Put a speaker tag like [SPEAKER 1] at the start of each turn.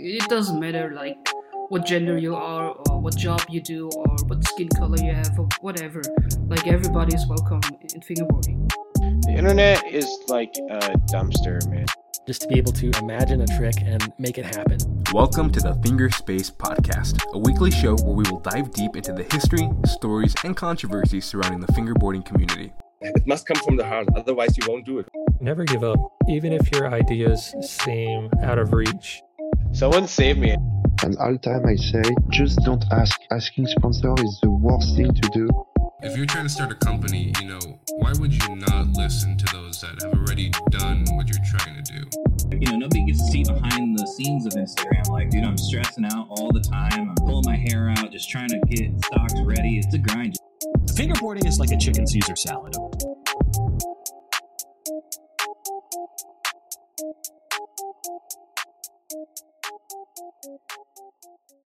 [SPEAKER 1] It doesn't matter like what gender you are or what job you do or what skin color you have or whatever. Like everybody is welcome in fingerboarding.
[SPEAKER 2] The internet is like a dumpster, man.
[SPEAKER 3] just to be able to imagine a trick and make it happen.
[SPEAKER 4] Welcome to the Fingerspace Podcast, a weekly show where we will dive deep into the history, stories, and controversies surrounding the fingerboarding community.
[SPEAKER 5] It must come from the heart, otherwise you won't do it.
[SPEAKER 6] Never give up, even if your ideas seem out of reach.
[SPEAKER 2] Someone save me.
[SPEAKER 7] And all time I say, just don't ask. Asking sponsor is the worst thing to do.
[SPEAKER 8] If you're trying to start a company, you know, why would you not listen to those that have already done what you're trying to do?
[SPEAKER 9] you know, nobody gets to see behind the scenes of Instagram. Like, dude, I'm stressing out all the time. I'm pulling my hair out, just trying to get stocks ready. It's a grind.
[SPEAKER 10] Fingerboarding is like a chicken Caesar salad.